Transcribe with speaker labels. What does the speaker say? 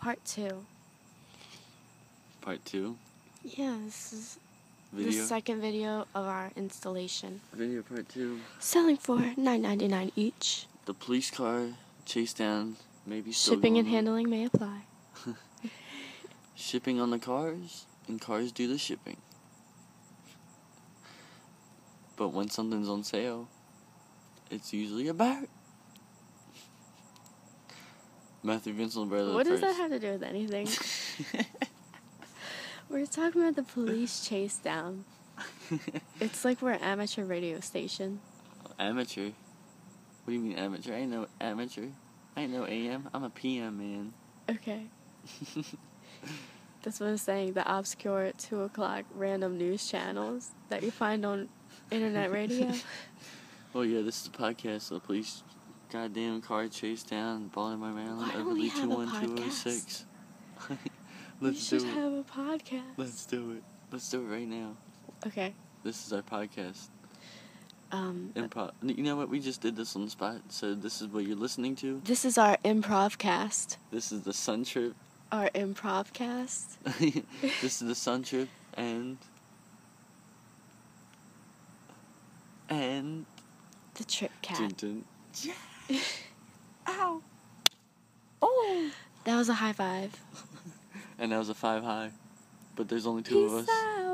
Speaker 1: part two.
Speaker 2: Part two.
Speaker 1: Yeah, this is
Speaker 2: Video.
Speaker 1: the second video of our installation.
Speaker 2: video part two.
Speaker 1: Selling for nine ninety nine each.
Speaker 2: The police car chase down. Maybe still
Speaker 1: Shipping and
Speaker 2: going on.
Speaker 1: handling may apply.
Speaker 2: Shipping on the cars, and cars do the shipping. But when something's on sale, it's usually a Barrett. Matthew Vincent Barrett.
Speaker 1: What does that have to do with anything? we're talking about the police chase down. It's like we're an amateur radio station.
Speaker 2: amateur. What do you mean amateur? I ain't no amateur. I ain't no AM. I'm a PM man.
Speaker 1: Okay. That's what I'm saying. The obscure two o'clock random news channels that you find on internet radio.
Speaker 2: Oh yeah, this is a podcast. The police, goddamn car chased down Baltimore, Maryland.
Speaker 1: Why don't we
Speaker 2: Everly
Speaker 1: have a
Speaker 2: two one two zero six.
Speaker 1: we
Speaker 2: Let's do
Speaker 1: should
Speaker 2: it.
Speaker 1: have a podcast.
Speaker 2: Let's do it. Let's do it right now.
Speaker 1: Okay.
Speaker 2: This is our podcast.
Speaker 1: Um,
Speaker 2: Improv. You know what? We just did this on the spot. So this is what you're listening to.
Speaker 1: this is our improv cast.
Speaker 2: This is the Sun Trip.
Speaker 1: Our improv cast.
Speaker 2: this is the Sun Trip and and
Speaker 1: The trip cat.
Speaker 2: dun, dun.
Speaker 1: Ow. Oh. That was a high five.
Speaker 2: and that was a five high, but there's only two
Speaker 1: Peace
Speaker 2: of us.
Speaker 1: out.